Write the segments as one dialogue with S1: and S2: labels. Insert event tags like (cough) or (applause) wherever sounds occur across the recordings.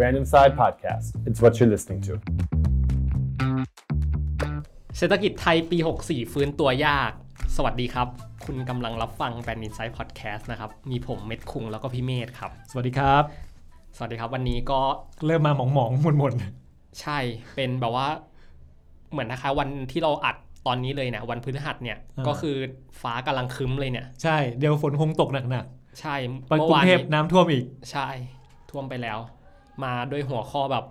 S1: Random Side Podcast. It's what you're listening to.
S2: เศรษฐกิจไทยปี 64 ฟื้นตัวยาก สวัสดีครับ คุณกำลังรับฟังแบรนด์อินไซต์พอดแคสต์นะครับ มีผมเม็ดคุงแล้วก็พี่เมธครับ
S3: สวัสดีครับ
S2: สวัสดีครับวันนี้ก็
S3: เริ่มมาหมองหมองๆหมนหมน
S2: ใช่เป็นแบบว่า เหมือนนะคะวันที่เราอัดตอนนี้เลยเนี่ยวันพฤหัสเนี่ยก็คือฟ้ากำลังครึ้มเลยเนี่ย
S3: ๆใช่ เดี๋ยวฝนคงตกหนัก
S2: ใช่
S3: ๆไปกรุงเทพ
S2: นี้
S3: น้ำท่วมอีก
S2: ใช่ ท่วมไปแล้ว มาด้วยหัวข้อแบบ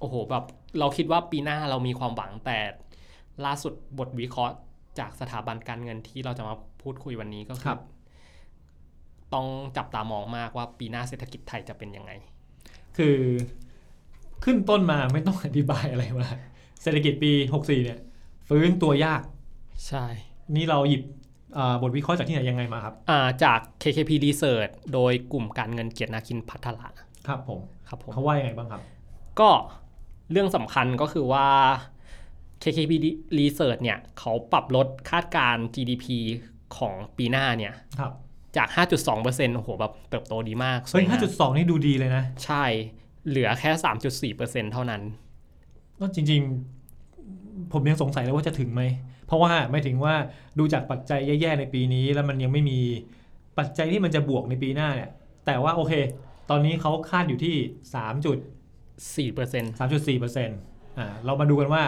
S2: โอ้โหแบบ เราคิดว่าปีหน้าเรามีความหวังแต่ล่าสุดบทวิเคราะห์จากสถาบันการเงินที่เราจะมาพูดคุยวันนี้ก็คื
S3: ครั
S2: อบ ต้องจับตามองมากว่าปีหน้าเศรษฐกิจไทยจะเป็นยังไง
S3: คือขึ้นต้นมาไม่ต้องอธิบายอะไรมากเศรษฐกิจปี 64 เนี่ย ฟื้นตัวยาก
S2: ใช่
S3: นี่เราหยิบเอ่อบทวิเคราะห์จากที่ไหนยังไงมาครับ
S2: าจาก KKP Research โดยกลุ่มการเงินเกียรตินาคินพัฒละ
S3: ครับผม
S2: ครับผม
S3: เขาว่ายังไงบ้างครับ
S2: ก็เรื่องสำคัญก็คือว่า KKP Research เนี่ยเขาปรับลดคาดการณ์ GDP ของปีหน้าเนี่ย
S3: ครับ
S2: จาก 5.2%โอ้โห แบบเติบโตดีมากสว
S3: เฮ้
S2: ง
S3: ย
S2: ม
S3: 5.2 นี่ดูดีเลยนะ
S2: ใช่ เหลือแค่ 3.4%เท่านั้น
S3: ก็จริง ๆ ผมยังสงสัยเลยว่าจะถึงไหม เพราะว่าไม่ถึงว่าดูจากปัจจัยแย่ๆในปีนี้ แล้วมันยังไม่มีปัจจัยที่มันจะบวกในปีหน้าเนี่ย แต่ว่าโอเค ตอนนี้เขาคาดอยู่ที่ 3 จุด
S2: 4%
S3: สามจุดสี่เปอร์เซ็นต์อ่าเรามาดูกันว่า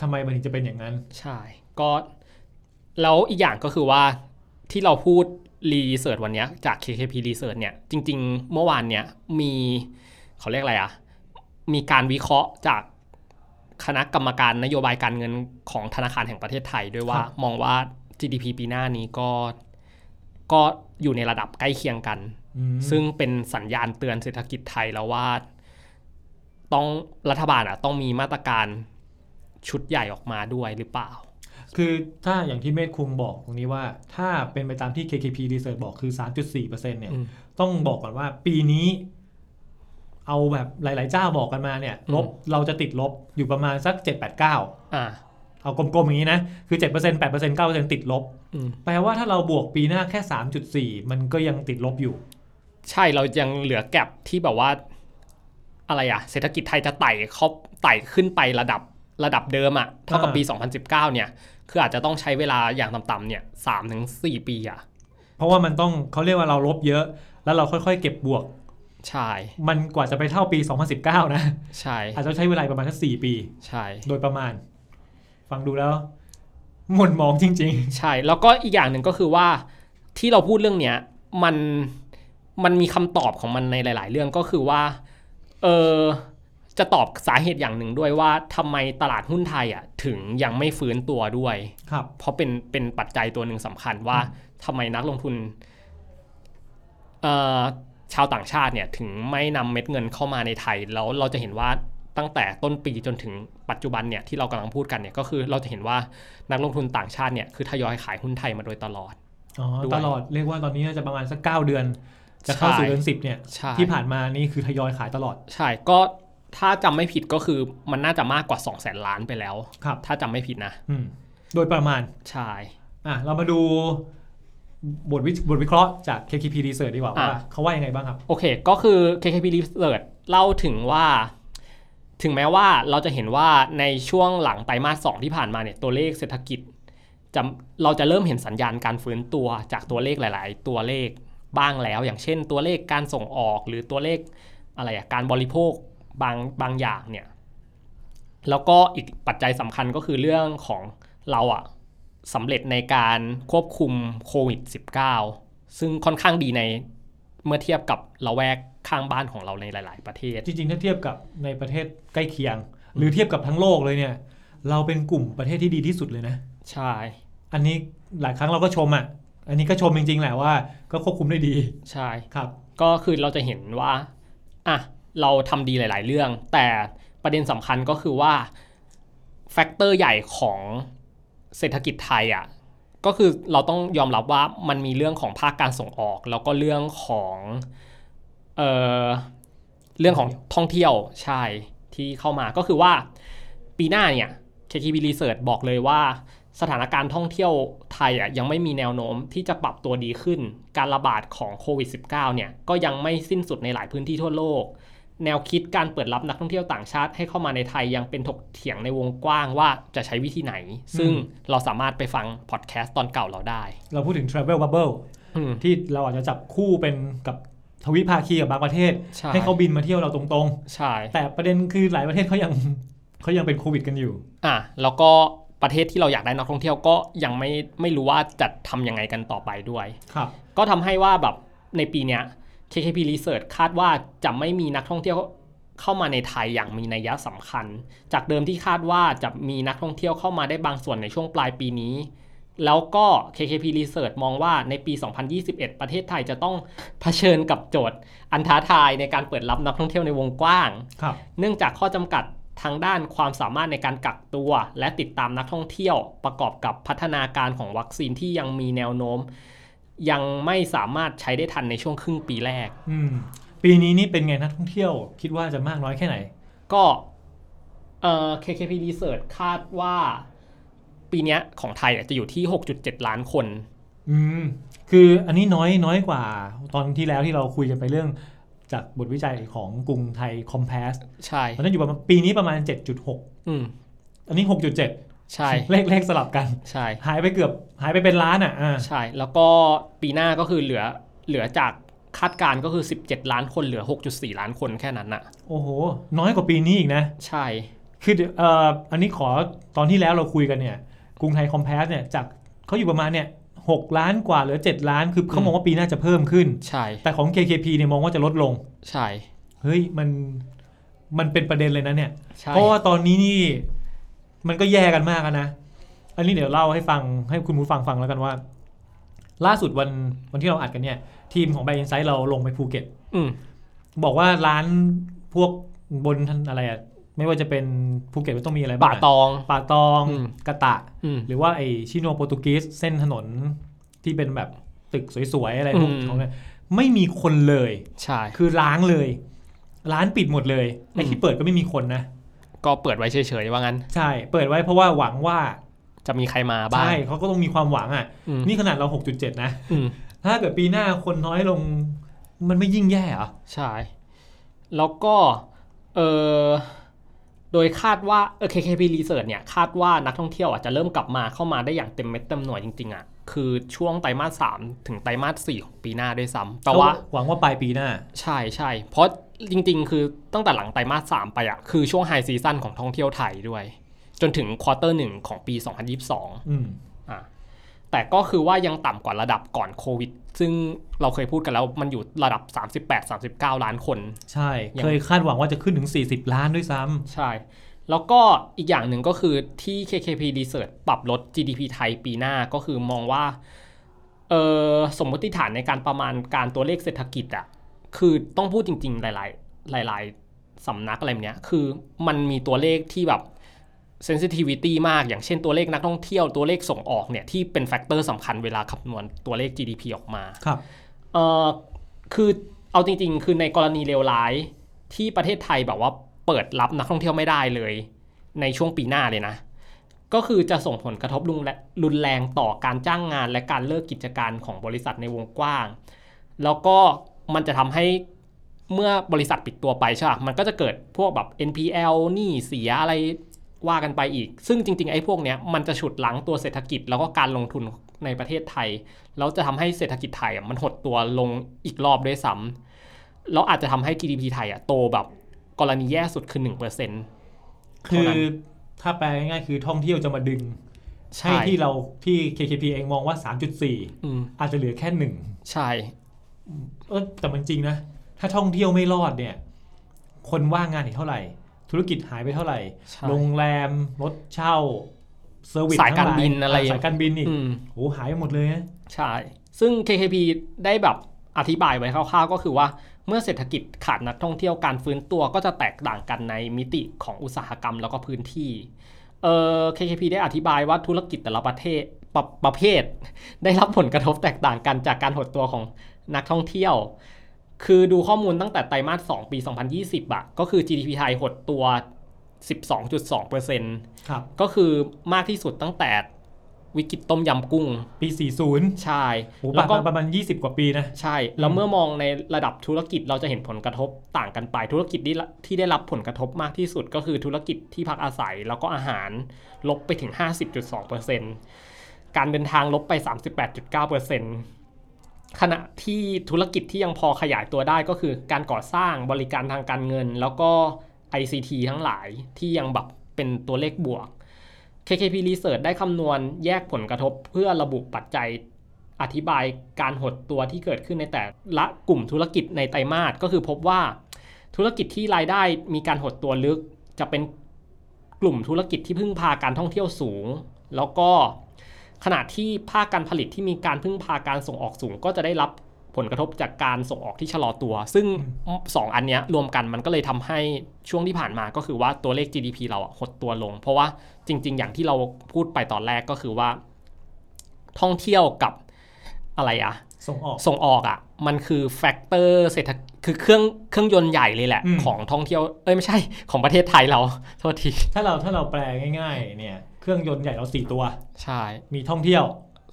S3: ทำไมมันถึงจะเป็นอย่างนั้น
S2: ใช่ ก็ แล้วอีกอย่างก็คือว่าที่เราพูดรีเสิร์ชวันเนี้ยจาก KKP Research เนี่ย จริง ๆ เมื่อวานเนี่ยมีเขาเรียกอะไรอะมีการวิเคราะห์จากคณะกรรมการนโยบายการเงินของธนาคารแห่งประเทศไทยด้วยว่า
S3: ครับ
S2: มองว่า GDP ปีหน้านี้ก็ก็อยู่ในระดับใกล้เคียงกัน
S3: อืม
S2: ซึ่งเป็นสัญญาณเตือนเศรษฐกิจไทยแล้วว่า ต้องรัฐบาลอ่ะต้องมีมาตรการชุดใหญ่ออกมาด้วยหรือเปล่า
S3: คือถ้าอย่างที่เมธคุงบอกตรงนี้ว่า ถ้าเป็นไปตามที่ KKP Research บอกคือ 3.4%เนี่ย
S2: อืม
S3: ต้องบอกก่อนว่าปีนี้ เอาแบบหลาย ๆ เจ้าบอกกันมาเนี่ย
S2: อืม
S3: ลบเราจะติดลบอยู่ประมาณสัก 7-8-9 เ
S2: อ่า
S3: อากลม ๆ อย่างนี้นะ คือ 7% 8% 9%ติดลบ
S2: อืม
S3: แปลว่าถ้าเราบวกปีหน้าแค่ 3.4 มันก็ยังติดลบอยู่
S2: ใช่เรายังเหลือแก็บที่แบบว่า อะไรอ่ะ เศรษฐกิจไทยจะไต่เขาไต่ขึ้นไประดับระดับเดิมอ่ะเท่ากับปี 2019 เนี่ย คืออาจจะต้องใช้เวลาอย่างต่ำๆเนี่ยสามถึงสี่ปีอ่ะ
S3: เพราะว่ามันต้องเขาเรียกว่าเราลบเยอะ แล้วเราค่อย ๆ เก็บบวก
S2: ใช่
S3: มันกว่าจะไปเท่าปี 2019 นะ
S2: ใช่
S3: อาจจะใช้เวลาประมาณสักสี่ปี
S2: ใช่
S3: โดยประมาณ ฟังดูแล้ว หม่นหมองจริง
S2: ใช่ แล้วก็อีกอย่างหนึ่งก็คือว่าที่เราพูดเรื่องเนี้ยมันมันมีคำตอบของมันในหลาย ๆ เรื่องก็คือว่าเออจะตอบสาเหตุอย่างหนึ่งด้วยว่าทำไมตลาดหุ้นไทยอ่ะถึงยังไม่ฟื้นตัวด้วย
S3: ๆ ครับ
S2: เพราะเป็นเป็นปัจจัยตัวหนึ่งสำคัญว่าทำไมนักลงทุนเอ่อชาวต่างชาติเนี่ยถึงไม่นำเม็ดเงินเข้ามาในไทยแล้วเราจะเห็นว่าตั้งแต่ต้นปีจนถึงปัจจุบันเนี่ยที่เรากำลังพูดกันเนี่ยก็คือเราจะเห็นว่านักลงทุนต่างชาติเนี่ยคือทยอยขายหุ้นไทยมาโดยตลอด
S3: อ๋อ
S2: ด้วย
S3: ตลอดเรียกว่าตอนนี้น่าจะประมาณสักเก้าเดือน จะเข้าสู่
S2: ใช่
S3: เดือนสิบเนี่ย
S2: ใช่
S3: ที่ผ่านมานี่คือทยอยขายตลอด
S2: ใช่ก็ถ้าจำไม่ผิดก็คือมันน่าจะมากกว่า 2 0 0แสนล้านไปแล้ว
S3: ครับ
S2: ถ้าจำไม่ผิดนะ
S3: อืม โดยประมาณ
S2: ใช่
S3: อ่ะ เรามาดูบทวิบทวิเคราะห์จาก KKP Research ดีกว่าว่าเขาว่ายังไงบ้างครับ
S2: โอเคก็คือ KKP Research เล่าถึงว่า ถึงแม้ว่าเราจะเห็นว่าในช่วงหลังไตรมาส 2 ที่ผ่านมาเนี่ยตัวเลขเศรษฐกิจจะเราจะเริ่มเห็นสัญญาณการฟื้นตัวจากตัวเลขหลาย ๆ ตัวเลขบ้างแล้ว อย่างเช่น ตัวเลขการส่งออกหรือตัวเลขอะไรอะการบริโภคบางบางอย่างเนี่ยแล้วก็อีกปัจจัยสำคัญก็คือเรื่องของเราอะสำเร็จในการควบคุมโควิด -19 ซึ่งค่อนข้างดีในเมื่อเทียบกับละแวกข้างบ้านของเราในหลาย ๆ ประเทศ
S3: จริงๆ ถ้าเทียบกับในประเทศใกล้เคียง หรือเทียบกับทั้งโลกเลยเนี่ย เราเป็นกลุ่มประเทศที่ดีที่สุดเลยนะ
S2: ใช่
S3: อันนี้หลายครั้งเราก็ชมอ่ะ อันนี้ก็ชมจริงๆ แหละว่า ก็ควบคุมได้ดี
S2: ใช่
S3: ครับ
S2: ก็คือเราจะเห็นว่า อ่ะ เราทำดีหลาย ๆ เรื่อง แต่ประเด็นสำคัญก็คือว่า แฟกเตอร์ใหญ่ของเศรษฐกิจไทยอะ่ะ ก็คือเราต้องยอมรับว่ามันมีเรื่องของภาคการส่งออก แล้วก็เรื่องของ เอ่อ เรื่องของท่องเที่ยว ใช่ ที่เข้ามา ก็คือว่าปีหน้าเนี่ย KKB Research บอกเลยว่า สถานการณ์ท่องเที่ยวไทยอ่ะยังไม่มีแนวโน้มที่จะปรับตัวดีขึ้น การระบาดของโควิด -19 เนี่ยก็ยังไม่สิ้นสุดในหลายพื้นที่ทั่วโลก แนวคิดการเปิดรับนักท่องเที่ยวต่างชาติให้เข้ามาในไทยยังเป็นถกเถียงในวงกว้างว่าจะใช้วิธีไหน ซึ่งเราสามารถไปฟังพอดแคสต์ตอนเก่าเราได้
S3: เราพูดถึง Travel Bubble
S2: อืม
S3: ที่เราอาจจะจับคู่เป็นกับทวิภาคีกับบางประเทศ
S2: ใช่
S3: เขาบินมาเที่ยวเราตรง
S2: ใช่
S3: ๆ แต่ประเด็นคือหลายประเทศเขายัง (laughs) เขายังเป็นโควิดกันอยู่
S2: อ่ะแล้วก็ประเทศที่เราอยากได้นักท่องเที่ยวก็ยังไม่ไม่รู้ว่าจะทำยังไงกันต่อไปด้วย
S3: ครับ
S2: ก็ทำให้ว่าแบบในปีเนี้ย KKP Research คาดว่าจะไม่มีนักท่องเที่ยวเข้ามาในไทยอย่างมีนัยสำคัญ จากเดิมที่คาดว่าจะมีนักท่องเที่ยวเข้ามาได้บางส่วนในช่วงปลายปีนี้ แล้วก็ KKP Research มองว่าในปี 2021 ประเทศไทยจะต้องเผชิญกับโจทย์ อันท้าทายในการเปิดรับนักท่องเที่ยวในวงกว้าง
S3: ครับ
S2: เนื่องจากข้อจำกัดทางด้านความสามารถในการกักตัว และติดตามนักท่องเที่ยว ประกอบกับพัฒนาการของวัคซีนที่ยังมีแนวโน้ม ยังไม่สามารถใช้ได้ทันในช่วงครึ่งปีแรก
S3: อืมปีนี้นี่เป็นไงนักท่องเที่ยว คิดว่าจะมากน้อยแค่ไหน
S2: ก็เอ่อ KKP Research คาดว่าปีเนี้ยของไทยอ่ะจะอยู่ที่ 6.7 ล้านคน
S3: อืมคืออันนี้น้อยน้อยกว่า ตอนที่แล้วที่เราคุยกันไปเรื่องจากบทวิจัยของกรุงไทย Compass
S2: ใช่
S3: ตอนนั้นอยู่ประมาณปีนี้ประมาณ 7.6
S2: อืม
S3: อันนี้ 6.7
S2: ใช่ (laughs)
S3: เลขเลขสลับกัน
S2: ใช่
S3: หายไปเกือบหายไปเป็นล้านอ่ะอ่า
S2: ใช่ แล้วก็ปีหน้าก็คือเหลือเหลือจากคาดการณ์ก็คือ 17 ล้านคนเหลือ 6.4 ล้านคนแค่นั้นน่ะ
S3: โอ้โห น้อยกว่าปีนี้อีกนะ
S2: ใช่
S3: คือเดี๋ยวเอ่ออันนี้ขอตอนที่แล้วเราคุยกันเนี่ย กรุงไทยคอมเพสเนี่ยจากเขาอยู่ประมาณเนี่ยหกล้านกว่าเหลือ 7 ล้าน คือเขามองว่าปีหน้าจะเพิ่มขึ้น
S2: ใช่
S3: แต่ของ KKP เนี่ยมองว่าจะลดลง
S2: ใช่
S3: เฮ้ยมันมันเป็นประเด็นเลยนะเนี่ย
S2: ใช่
S3: เพราะว่าตอนนี้นี่มันก็แย่กันมากอะนะ อันนี้เดี๋ยวเล่าให้ฟังให้คุณผู้ฟังฟังแล้วกันว่า ล่าสุดวันวันที่เราอัดกันเนี่ย ทีมของแบงก์อินไซต์เราลงไปภูเก็ต
S2: อืม
S3: บอกว่าร้านพวกบนอะไรอะไม่ว่าจะเป็นภูเก็ตมันต้องมีอะไรบ้า
S2: ป่าง
S3: อะ
S2: ตอง
S3: ป่าตอง
S2: อืม
S3: กะตะ
S2: อืม
S3: หรือว่าไอชิโนโปรตุกีสเส้นถนนที่เป็นแบบตึกสวยๆอะไรพวก
S2: อืม
S3: ของเนี่ยไม่มีคนเลย
S2: ใช่
S3: คือล้างเลย ร้านปิดหมดเลยไอ
S2: อืม
S3: ที่เปิดก็ไม่มีคนนะ
S2: ก็เปิดไว้เฉยๆว่างั้น
S3: ใช่ เปิดไว้เพราะว่าหวังว่า
S2: จะมีใครมาบ้าง
S3: ใช่เขาก็ต้องมีความหวังอ่ะ
S2: อืม
S3: นี่ขนาดเรา 6.7 นะ
S2: อืม
S3: ถ้าเกิดปีหน้าคนน้อยลง มันไม่ยิ่งแย่เหรอ
S2: ใช่ แล้วก็เออโดยคาดว่าเออ KKP Research เนี่ย คาดว่านักท่องเที่ยวอาจจะเริ่มกลับมาเข้ามาได้อย่างเต็มเม็ดเต็มหน่วยจริงๆอ่ะ คือช่วงไตรมาสสามถึงไตรมาสสี่ของปีหน้าด้วยซ้ำแต่ว่า
S3: หวังว่าปลายปีหน้า
S2: ใช่ใช่ เพราะจริงๆ คือตั้งแต่หลังไตรมาสสามไปอ่ะ คือช่วงไฮซีซั่นของท่องเที่ยวไทยด้วย จนถึงควอเตอร์หนึ่งของปี 2022
S3: อืม
S2: อ่ะแต่ก็คือว่ายังต่ำกว่าระดับก่อนโควิด ซึ่งเราเคยพูดกันแล้วมันอยู่ระดับ 38-39 ล้านคน
S3: ใช่
S2: ยัง
S3: เคยคาดหวังว่าจะขึ้นถึง 40 ล้านด้วยซ้ำ
S2: ใช่ แล้วก็อีกอย่างหนึ่งก็คือที่ KKP Research ปรับลด GDP ไทยปีหน้าก็คือมองว่าเออสมมติฐานในการประมาณการตัวเลขเศรษฐกิจอะคือต้องพูดจริง ๆ หลาย ๆ หลาย ๆสำนักอะไรแบบเนี้ยคือมันมีตัวเลขที่แบบ sensitivity มากอย่างเช่นตัวเลขนักท่องเที่ยวตัวเลขส่งออกเนี่ยที่เป็นแฟกเตอร์สำคัญเวลาคำนวณตัวเลข GDP ออกมา
S3: ครับ
S2: เอ่อคือเอาจริงๆ คือในกรณีเลวร้ายที่ประเทศไทยแบบว่าเปิดรับนักท่องเที่ยวไม่ได้เลย ในช่วงปีหน้าเลยนะ ก็คือจะส่งผลกระทบรุนแรงรุนแรงต่อการจ้างงานและการเลิกกิจการของบริษัทในวงกว้าง แล้วก็มันจะทำให้เมื่อบริษัทปิดตัวไปใช่ปะมันก็จะเกิดพวกแบบ NPL หนี้เสียอะไรว่ากันไปอีก ซึ่งจริงๆ ไอ้พวกเนี้ยมันจะฉุดหลังตัวเศรษฐกิจแล้วก็การลงทุนในประเทศไทย แล้วจะทำให้เศรษฐกิจไทยอ่ะมันหดตัวลงอีกรอบด้วยซ้ำแล้วอาจจะทำให้ GDP ไทยอ่ะโตแบบกรณีแย่สุดคือ1%เปอร์เซ็นต์
S3: คื
S2: เท่า
S3: อ
S2: นั้น
S3: ถ้าแปลง่ายๆคือท่องเที่ยวจะมาดึง ใช่ที่เราที่ KKP เองมองว่า 3.4 อาจจะเหลือแค่หนึ่ง
S2: ใช่
S3: เออแต่มันจริงนะ ถ้าท่องเที่ยวไม่รอดเนี่ย คนว่างงานอีกเท่าไหร่ ธุรกิจหายไปเท่าไหร่
S2: ใช่
S3: โรงแรม รถเช่า เซอร์วิส
S2: สายการบิน
S3: ทั้งหล
S2: อะไร
S3: สายการบินนี่
S2: อืม
S3: โอ้หายไปหมดเลยนะ
S2: ใช่ ซึ่ง KKP ได้แบบอธิบายไว้คร่าวๆ ก็คือว่าเมื่อเศรษฐกิจขาดนักท่องเที่ยวการฟื้นตัวก็จะแตกต่างกันในมิติของอุตสาหกรรมแล้วก็พื้นที่เอ่อ KKP ได้อธิบายว่าธุรกิจแต่ละประเทศประประเภท ได้รับผลกระทบแตกต่างกันจากการหดตัวของนักท่องเที่ยว คือดูข้อมูลตั้งแต่ไตรมาส 2 ปี 2020อะก็คือ GDP ไทยหดตัว 12.2%เปอร์เซ็นต์
S3: ครับ
S2: ก็คือมากที่สุดตั้งแต่ วิกฤตต้มยำกุ้ง
S3: ปี 40
S2: ใช่
S3: โอ้
S2: แล้วก็
S3: ผ่านมาประมาณ 20 กว่าปีนะ
S2: ใช่แล้วเมื่อมองในระดับธุรกิจเราจะเห็นผลกระทบต่างกันไปธุรกิจที่ละที่ได้รับผลกระทบมากที่สุดก็คือธุรกิจที่พักอาศัย แล้วก็อาหารลบไปถึง 50.2%การเดินทางลบไป 38.9%ขณะที่ธุรกิจที่ยังพอขยายตัวได้ก็คือการก่อสร้างบริการทางการเงิน แล้วก็ ICT ทั้งหลายที่ยังแบบเป็นตัวเลขบวก KKP Research ได้คำนวณแยกผลกระทบเพื่อระบุปัจจัยอธิบายการหดตัวที่เกิดขึ้นในแต่ละกลุ่มธุรกิจในไตรมาสก็คือพบว่าธุรกิจที่รายได้มีการหดตัวลึก จะเป็นกลุ่มธุรกิจที่พึ่งพาการท่องเที่ยวสูง แล้วก็ขณะที่ภาคการผลิตที่มีการพึ่งพาการส่งออกสูง ก็จะได้รับผลกระทบจากการส่งออกที่ชะลอตัว ซึ่งสองอันเนี้ยรวมกันมันก็เลยทำให้ช่วงที่ผ่านมาก็คือว่าตัวเลข GDP เราอะหดตัวลง เพราะว่าจริง ๆ อย่างที่เราพูดไปตอนแรกก็คือว่า ท่องเที่ยวกับอะไรอะ
S3: ส่งออก
S2: ส่งออกอ่ะมันคือแฟกเตอร์เศรษฐกิจคือเครื่องเครื่องยนต์ใหญ่เลยแหละ
S3: อืม
S2: ของท่องเที่ยว เอ้ยไม่ใช่ของประเทศไทยเรา โทษที
S3: ถ้าเราถ้าเราแปลง่ายๆเนี่ยเครื่องยนต์ใหญ่เราสี่ตัว
S2: ใช่
S3: มีท่องเที่ยว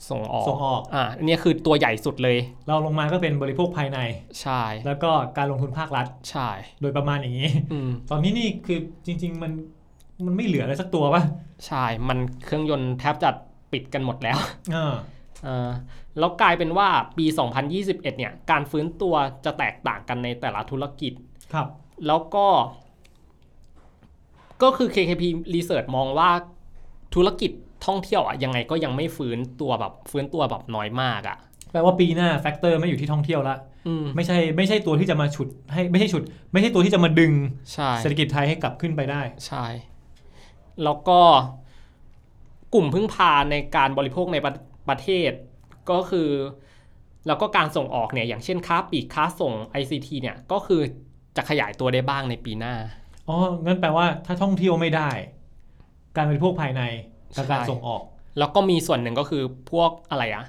S2: ส่งออก
S3: ส่งออก
S2: อ่ะอันเนี้ยคือตัวใหญ่สุดเลย
S3: เราลงมาก็เป็นบริโภคภายใน
S2: ใช่
S3: แล้วก็การลงทุนภาครัฐ
S2: ใช่
S3: โดยประมาณอย่างนี้
S2: อืม
S3: ตอนนี้นี่คือจริง ๆ มันมันไม่เหลืออะไรสักตัวป่ะ
S2: ใช่ มันเครื่องยนต์แทบจะปิดกันหมดแล้ว (laughs)
S3: อ่า
S2: เอ่อแล้วกลายเป็นว่าปี 2021 เนี่ยการฟื้นตัวจะแตกต่างกันในแต่ละธุรกิจ
S3: ครับ
S2: แล้วก็ ก็คือ KKP Research มองว่าธุรกิจท่องเที่ยวอะยังไงก็ยังไม่ฟื้นตัวแบบ ฟื้นตัวแบบน้อยมากอะ
S3: แปลว่าปีหน้าแฟกเตอร์ไม่อยู่ที่ท่องเที่ยวละ
S2: อืม
S3: ไม่ใช่ไม่ใช่ตัวที่จะมาฉุดให้ไม่ใช่ฉุด ไม่ใช่ตัวที่จะมาดึง
S2: ใช่
S3: เศรษฐกิจไทยให้กลับขึ้นไปได้
S2: ใช่ แล้วก็กลุ่มพึ่งพาในการบริโภคในประประเทศ ก็คือ แล้วก็การส่งออกเนี่ย อย่างเช่นค้าปลีกค้าส่ง ICT เนี่ย ก็คือจะขยายตัวได้บ้างในปีหน้า
S3: อ๋อ งั้นแปลว่าถ้าท่องเที่ยวไม่ได้ การบริโภคภายในกับการ
S2: ใช่
S3: ส่งออก
S2: แล้วก็มีส่วนหนึ่งก็คือพวกอะไรอะ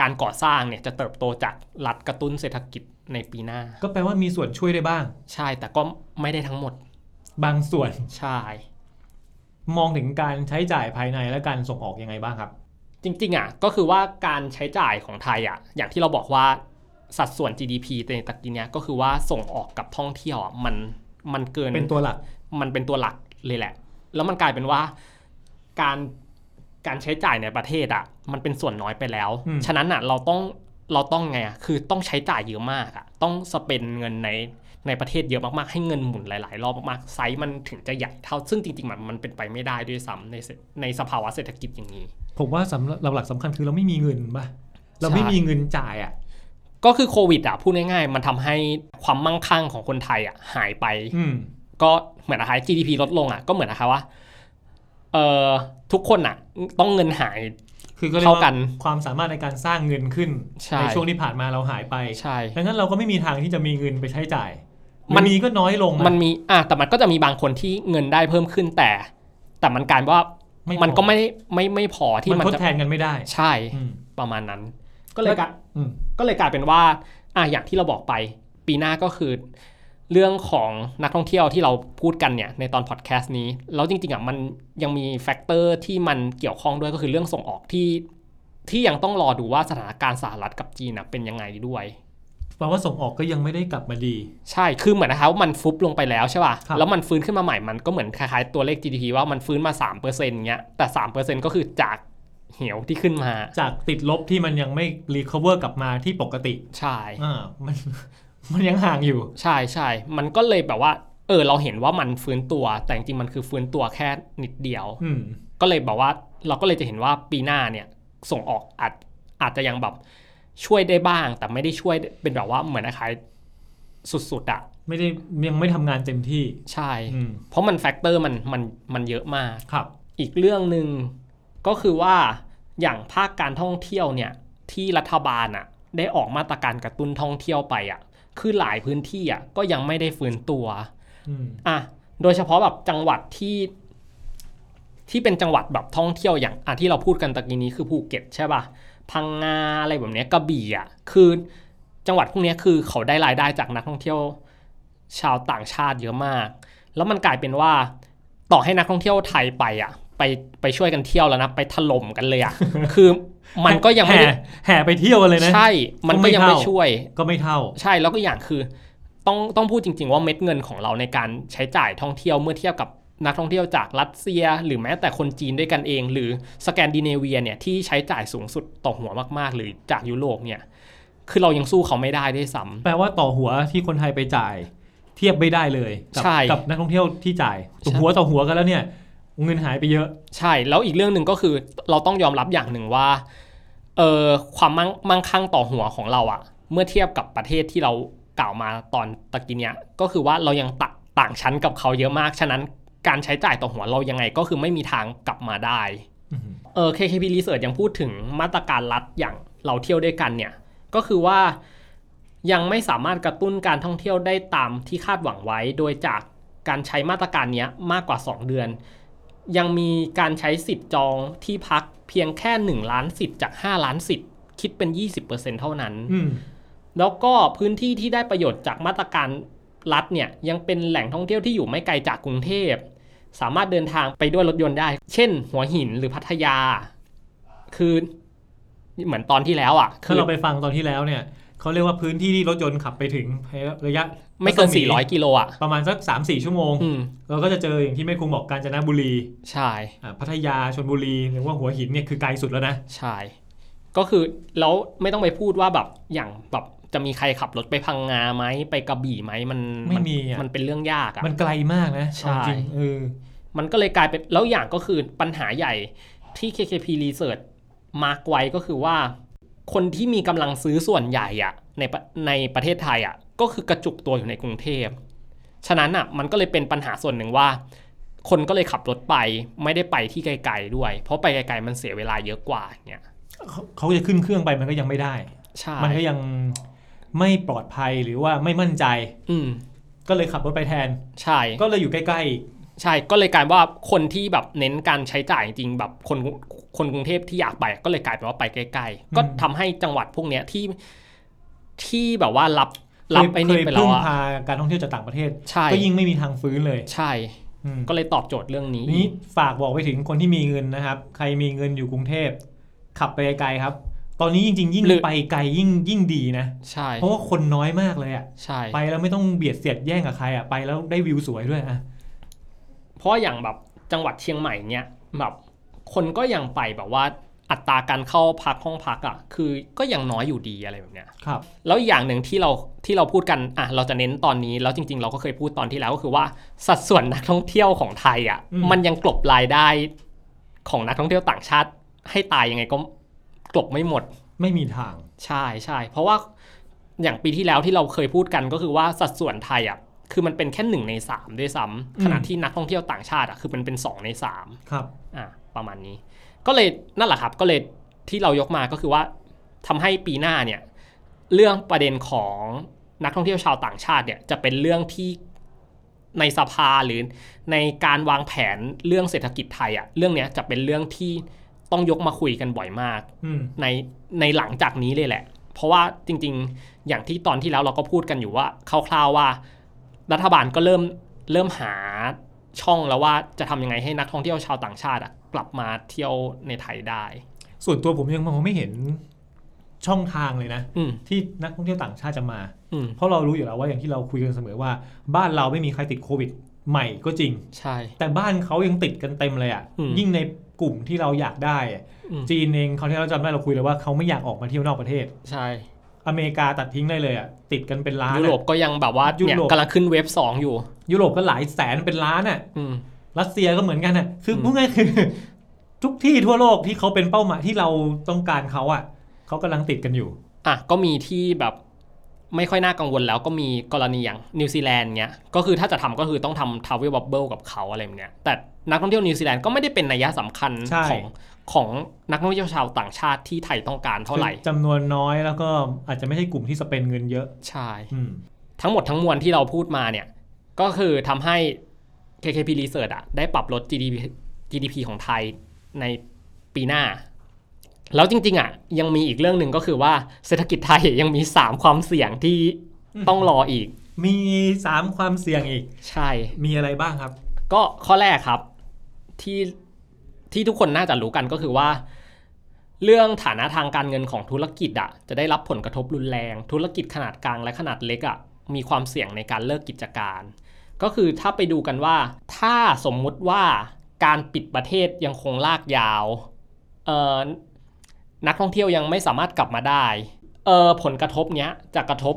S2: การก่อสร้างเนี่ยจะเติบโตจากรัฐกระตุ้นเศรษฐกิจในปีหน้า
S3: ก็แปลว่ามีส่วนช่วยได้บ้าง
S2: ใช่แต่ก็ไม่ได้ทั้งหมด
S3: บางส่วน
S2: ใช่
S3: มองถึงการใช้จ่ายภายในและการส่งออกยังไงบ้างครับ
S2: จริงๆอะก็คือว่าการใช้จ่ายของไทยอะอย่างที่เราบอกว่าสัดส่วน GDP ในตะกี้เนี้ยก็คือว่าส่งออกกับท่องเที่ยวอะมันมันเกิน
S3: เป็นตัวหลัก
S2: มันเป็นตัวหลักเลยแหละ แล้วมันกลายเป็นว่าการการใช้จ่ายในประเทศอะ่ะ มันเป็นส่วนน้อยไปแล้ว
S3: อืม
S2: ฉะนั้นอะ่ะเราต้องเราต้องไงอะ่ะ คือต้องใช้จ่ายเยอะมากอะ่ะ ต้องสเปนเงินในในประเทศเยอะมากๆ ให้เงินหมุนหลาย ๆ รอบมากๆ ไซส์มันถึงจะใหญ่เท่า ซึ่งจริง ๆ มันมันเป็นไปไม่ได้ด้วยซ้ำในเศรษในสภาวะเศรษฐกิจอย่างนี้
S3: ผมว่าสำหรับหลักสำคัญคือเราไม่มีเงินป่ะ เราไม่มีเงินจ่ายอ่ะ
S2: ก็คือโควิดอ่ะพูดง่าย ๆ มันทำให้ความมั่งคั่งของคนไทยอ่ะหายไป
S3: อืม
S2: ก็เหมือนนะคะ GDP ลดลงอ่ะก็เหมือนนะคะว่าเอ่อทุกคนอ่ะ ต้องเงินหาย
S3: คือก็เรียก
S2: เท่ากั
S3: ว่าน ความสามารถในการสร้างเงินขึ้น
S2: ใช่
S3: ในช่วงที่ผ่านมาเราหายไป
S2: ใช่
S3: ดังนั้นเราก็ไม่มีทางที่จะมีเงินไปใช้จ่าย
S2: มั
S3: มัน
S2: น
S3: มีก็น้อยลงอะ
S2: มันมีอ่ะแต่มันก็จะมีบางคนที่เงินได้เพิ่มขึ้นแต่ แต่มันกลายว่า
S3: ไพอ
S2: มันก็ไม่ได้ไม่ไม่พอที่
S3: มัน
S2: มัน
S3: ทด
S2: จะ
S3: แทนกันไม่ได้
S2: ใช่
S3: อืม
S2: ประมาณนั้น ก็เลยกลาย
S3: อืม
S2: ก็เลยกลายเป็นว่าอ่ะอย่างที่เราบอกไป ปีหน้าก็คือ เรื่องของนักท่องเที่ยวที่เราพูดกันเนี่ยในตอนพอดแคสต์นี้แล้วจริงๆอ่ะมันยังมีแฟกเตอร์ที่มันเกี่ยวข้องด้วยก็คือเรื่องส่งออกที่ ที่ยังต้องรอดูว่าสถานการณ์สหรัฐกับจีนน่ะเป็นยังไงด้วย
S3: แปลว่าส่งออกก็ยังไม่ได้กลับมาดี
S2: ใช่ คือเหมือนนะครับมันฟุบลงไปแล้วใช่ป่ะ
S3: ครับ
S2: แล้วมันฟื้นขึ้นมาใหม่ มันก็เหมือนคล้ายๆตัวเลข GDP ว่ามันฟื้นมา3%เงี้ย แต่3%ก็คือจากเหวที่ขึ้นมา
S3: จากติดลบที่มันยังไม่รีค o เวอร์กลับมาที่ปกติ
S2: ใช่
S3: อ่ามัน (laughs) มันยังห่างอยู่
S2: ใช่ใช่ มันก็เลยแบบว่า เออ เราเห็นว่ามันฟื้นตัว แต่จริงๆ มันคือฟื้นตัวแค่นิดเดียว
S3: อืม
S2: ก็เลยแบบว่า เราก็เลยจะเห็นว่าปีหน้าเนี่ย ส่งออกอาจอาจจะยังแบบช่วยได้บ้าง แต่ไม่ได้ช่วยเป็นแบบว่าเหมือนคล้ายๆสุดๆอะ
S3: ไม่ได้ยังไม่ทำงานเต็มที่
S2: ใช่
S3: อืม
S2: เพราะมันแฟกเตอร์มันมันมันเยอะมาก
S3: ครับ
S2: อีกเรื่องหนึ่งก็คือว่าอย่างภาคการท่องเที่ยวเนี่ยที่รัฐบาลอ่ะได้ออกมาตรการกระตุ้นท่องเที่ยวไปอ่ะคือหลายพื้นที่อ่ะก็ยังไม่ได้ฟื้นตัว
S3: อืม
S2: อ่ะโดยเฉพาะแบบจังหวัดที่ ที่เป็นจังหวัดแบบท่องเที่ยวอย่างอ่ะที่เราพูดกันตะกี้นี้คือภูเก็ตใช่ป่ะพังงาอะไรแบบเนี้ยกระบี่อ่ะคือจังหวัดพวกเนี้ยคือเขาได้รายได้จากนักท่องเที่ยวชาวต่างชาติเยอะมาก แล้วมันกลายเป็นว่าต่อให้นักท่องเที่ยวไทยไปอ่ะ ไปไปช่วยกันเที่ยวแล้วนะ ไปถล่มกันเลยอะ คือมันก็ยังไม่ได้
S3: แห่แห่ไปเที่ยวกันเลยนะ
S2: ใช่ มันก็ยัง
S3: ก็ไม่
S2: ไม่
S3: เท่า
S2: ช่วย
S3: ก็ไม่เท่า
S2: ใช่แล้วก็อย่างคือต้องต้องพูดจริง ๆ ว่าเม็ดเงินของเราในการใช้จ่ายท่องเที่ยวเมื่อเทียบกับนักท่องเที่ยวจากรัสเซีย หรือแม้แต่คนจีนด้วยกันเอง หรือสแกนดิเนเวียเนี่ยที่ใช้จ่ายสูงสุดต่อหัวมากๆ หรือจากยุโรปเนี่ยคือเรายังสู้เขาไม่ได้ด้วยซ้
S3: แปลว่าต่อหัวที่คนไทยไปจ่าย เทียบไม่ได้เลยกั
S2: ใช่
S3: กับนักท่องเที่ยวที่จ่าย
S2: ใช่
S3: หัวต่อหัวกันแล้วเนี่ย เงินหายไปเยอะ
S2: ำใช่แล้วอีกเรื่องหนึ่งก็คือเราต้องยอมรับอย่างหนึ่งว่าเออความมั่งมั่งคั่งต่อหัวของเราอะเมื่อเทียบกับประเทศที่เรากล่าวมาตอนตะกี้เนี่ยก็คือว่าเรายังตะต่างชั้นกับเขาเยอะมากฉะนั้นการใช้จ่ายต่อหัวเรายังไงก็คือไม่มีทางกลับมาได้ เออ KKP Research ยังพูดถึงมาตรการรัฐอย่างเราเที่ยวด้วยกันเนี่ย ก็คือว่ายังไม่สามารถกระตุ้นการท่องเที่ยวได้ตามที่คาดหวังไว้ โดยจากการใช้มาตรการเนี้ยมากกว่า 2 เดือน ยังมีการใช้สิทธิ์จองที่พักเพียงแค่ 1 ล้านสิทธิ์จาก 5 ล้านสิทธิ์คิดเป็น 20%เท่านั้น
S3: อืม
S2: แล้วก็พื้นที่ที่ได้ประโยชน์จากมาตรการรัฐเนี่ยยังเป็นแหล่งท่องเที่ยวที่อยู่ไม่ไกลจากกรุงเทพ สามารถเดินทางไปด้วยรถยนต์ได้ เช่น หัวหินหรือพัทยา คือเหมือนตอนที่แล้วอ่ะ คื
S3: ถ้า
S2: อ
S3: เราไปฟังตอนที่แล้วเนี่ยเขาเรียกว่าพื้นที่ที่รถยนต์ขับไปถึงระยะ
S2: ไม่เกิน
S3: รัศ
S2: 400 กิโลอ่ะ
S3: ประมาณสัก3าสี่ชั่วโมง
S2: อืม
S3: เราก็จะเจออย่างที่แม่คุงบอกกาญจนบุรี
S2: ใช่
S3: อ่าพัทยาชนบุรีหรือว่าหัวหินเนี่ยคือไกลสุดแล้วนะ
S2: ใช่ก็คือ แล้วไม่ต้องไปพูดว่าแบบอย่างแบบจะมีใครขับรถไปพังงาไหมไปกระบี่ไหมมัน
S3: ไม่มีอะ
S2: มันเป็นเรื่องยากอ่ะ
S3: มันไกลมากนะ
S2: ใช่
S3: เอาจริงเออ
S2: มันก็เลยกลายเป็นแล้วอย่างก็คือปัญหาใหญ่ที่ KKP Research มาร์กไว้ก็คือว่า คนที่มีกำลังซื้อส่วนใหญ่อะในประในประเทศไทยอะก็คือกระจุกตัวอยู่ในกรุงเทพ ฉะนั้นอะมันก็เลยเป็นปัญหาส่วนหนึ่งว่า คนก็เลยขับรถไปไม่ได้ไปที่ไกลๆด้วย เพราะไปไกลๆมันเสียเวลาเยอะกว่าอย่างเงี้ย
S3: เขาเขาจะขึ้นเครื่องไปมันก็ยังไม่ได้
S2: ใช่
S3: มันก็ยังไม่ปลอดภัยหรือว่าไม่มั่นใจ
S2: อืม
S3: ก็เลยขับรถไปแทน
S2: ใช่
S3: ก็เลยอยู่ใกล้ๆ
S2: ใช่ก็เลยกลายว่าคนที่แบบเน้นการใช้จ่ายจริงๆแบบคนคนกรุงเทพที่อยากไปก็เลยกลายเป็นว่าไปใกล้ๆก็
S3: อืม
S2: ทำให้จังหวัดพวกเนี้ยที่ที่แบบว่ารับ
S3: เค
S2: รับ
S3: ย
S2: ไอ้
S3: เค
S2: นี่
S3: ย
S2: ไปแล้
S3: พึ่
S2: ว
S3: ง
S2: อะ
S3: พาการท่องเที่ยวจากต่างประเทศ
S2: ใช่
S3: ก็ยิ่งไม่มีทางฟื้นเลย
S2: ใช่
S3: อืม
S2: ก็เลยตอบโจทย์เรื่องนี้
S3: นี้ฝากบอกไปถึงคนที่มีเงินนะครับ ใครมีเงินอยู่กรุงเทพ ขับไปไกลๆครับ ตอนนี้จริง ๆ ยิ่งไปไกลยิ่งยิ่งดีนะ
S2: ใช่
S3: เพราะว่าคนน้อยมากเลยอ่ะ
S2: ใช่
S3: ไปแล้วไม่ต้องเบียดเสียดแย่งกับใครอ่ะ ไปแล้วได้วิวสวยด้วยอ่ะ
S2: เพราะอย่างแบบจังหวัดเชียงใหม่เนี้ยแบบคนก็ยังไปแบบว่าอัตราการเข้าพักห้องพักอ่ะคือก็ยังน้อยอยู่ดีอะไรแบบเนี้ย
S3: ครับ
S2: แล้วอีกอย่างหนึ่งที่เราที่เราพูดกันอ่ะเราจะเน้นตอนนี้แล้วจริง ๆ เราก็เคยพูดตอนที่แล้วก็คือว่าสัดส่วนนักท่องเที่ยวของไทยอ่ะ
S3: อืม
S2: มันยังกลบรายได้ของนักท่องเที่ยวต่างชาติ ให้ตายยังไงก็กลบไม่หมด
S3: ไม่มีทาง
S2: ใช่ใช่เพราะว่าอย่างปีที่แล้วที่เราเคยพูดกันก็คือว่าสัดส่วนไทยอ่ะคือมันเป็นแค่หนึ่งในสามด้วยซ้ำขณะที่นักท่องเที่ยวต่างชาติอ่ะคือมันเป็นสองในสาม
S3: ครับ
S2: อ่ะประมาณนี้ ก็เลยนั่นแหละครับก็เลยที่เรายกมาก็คือว่าทำให้ปีหน้าเนี่ยเรื่องประเด็นของนักท่องเที่ยวชาวต่างชาติเนี่ยจะเป็นเรื่องที่ในสภาหรือในการวางแผนเรื่องเศรษฐกิจไทยอะเรื่องเนี้ยจะเป็นเรื่องที่ต้องยกมาคุยกันบ่อยมาก
S3: อืม
S2: ในในหลังจากนี้เลยแหละ เพราะว่าจริงๆ อย่างที่ตอนที่แล้วเราก็พูดกันอยู่ว่าคร่าวๆว่า รัฐบาลก็เริ่มเริ่มหาช่องแล้วว่าจะทำยังไงให้นักท่องเที่ยวชาวต่างชาติอะกลับมาเที่ยวในไทยได้
S3: ส่วนตัวผมยังมองไม่เห็นช่องทางเลยนะ
S2: อืม
S3: ที่นักท่องเที่ยวต่างชาติจะมา
S2: อืม
S3: เพราะเรารู้อยู่แล้วว่าอย่างที่เราคุยกันเสมอว่า บ้านเราไม่มีใครติดโควิด ใหม่ก็จริง
S2: ใช่
S3: แต่บ้านเขายังติดกันเต็มเลยอ่ะ
S2: อืม
S3: ยิ่งในกลุ่มที่เราอยากได้อะ
S2: อืม
S3: จีนเองเขาวที่เราจำได้เราคุยเลยว่าเขาไม่อยากออกมาเที่ยวนอกประเทศ
S2: ใช่
S3: อเมริกาตัดทิ้งได้เลยอ่ะ ติดกันเป็นล้าน
S2: ยุโรป
S3: อะ
S2: ก็ยังแบบว่าเนี่ย
S3: ยุโรป
S2: กำลังขึ้นเว็บสองอยู่
S3: ยุโรปก็หลายแสนเป็นล้านอ่ะ
S2: อืม
S3: รัสเซียก็เหมือนกันอ่ะ คืออ
S2: ม
S3: พูดง่ายๆคือ (laughs) ทุกที่ทั่วโลกที่เขาเป็นเป้าหมายที่เราต้องการเขาอ่ะเขากำลังติดกันอยู่
S2: อ่ะก็มีที่แบบไม่ค่อยน่ากังวลแล้วก็มีกรณีอย่างนิวซีแลนด์เนี้ยก็คือถ้าจะทำก็คือต้องทำทาวเวลบับเบิลกับเขาอะไรแบบเนี้ยแต่นักท่องเที่ยวนิวซีแลนด์ก็ไม่ได้เป็นนัยสำคัญ
S3: ใช่
S2: ของของนักท่องเที่ยวชาวต่างชาติที่ไทยต้องการเท่าไหร่
S3: จำนวนน้อยแล้วก็อาจจะไม่ใช่กลุ่มที่สเปนเงินเยอะ
S2: ใช่
S3: อืม
S2: ทั้งหมดทั้งมวลที่เราพูดมาเนี่ยก็คือทำให้ KKP Research อะได้ปรับลด GDP GDP ของไทยในปีหน้า แล้วจริงๆอ่ะยังมีอีกเรื่องหนึ่งก็คือว่าเศรษฐกิจไทยยังมีสามความเสี่ยงที่ต้องรออีก
S3: มีสามความเสี่ยงอีก
S2: ใช่
S3: มีอะไรบ้างครับ
S2: ก็ข้อแรกครับที่ ที่ทุกคนน่าจะรู้กันก็คือว่า เรื่องฐานะทางการเงินของธุรกิจอะจะได้รับผลกระทบรุนแรง ธุรกิจขนาดกลางและขนาดเล็กอะมีความเสี่ยงในการเลิกกิจการ ก็คือถ้าไปดูกันว่า ถ้าสมมุติว่าการปิดประเทศยังคงลากยาวเอ่อนักท่องเที่ยวยังไม่สามารถกลับมาได้เอ่อผลกระทบเนี้ยจะกระทบ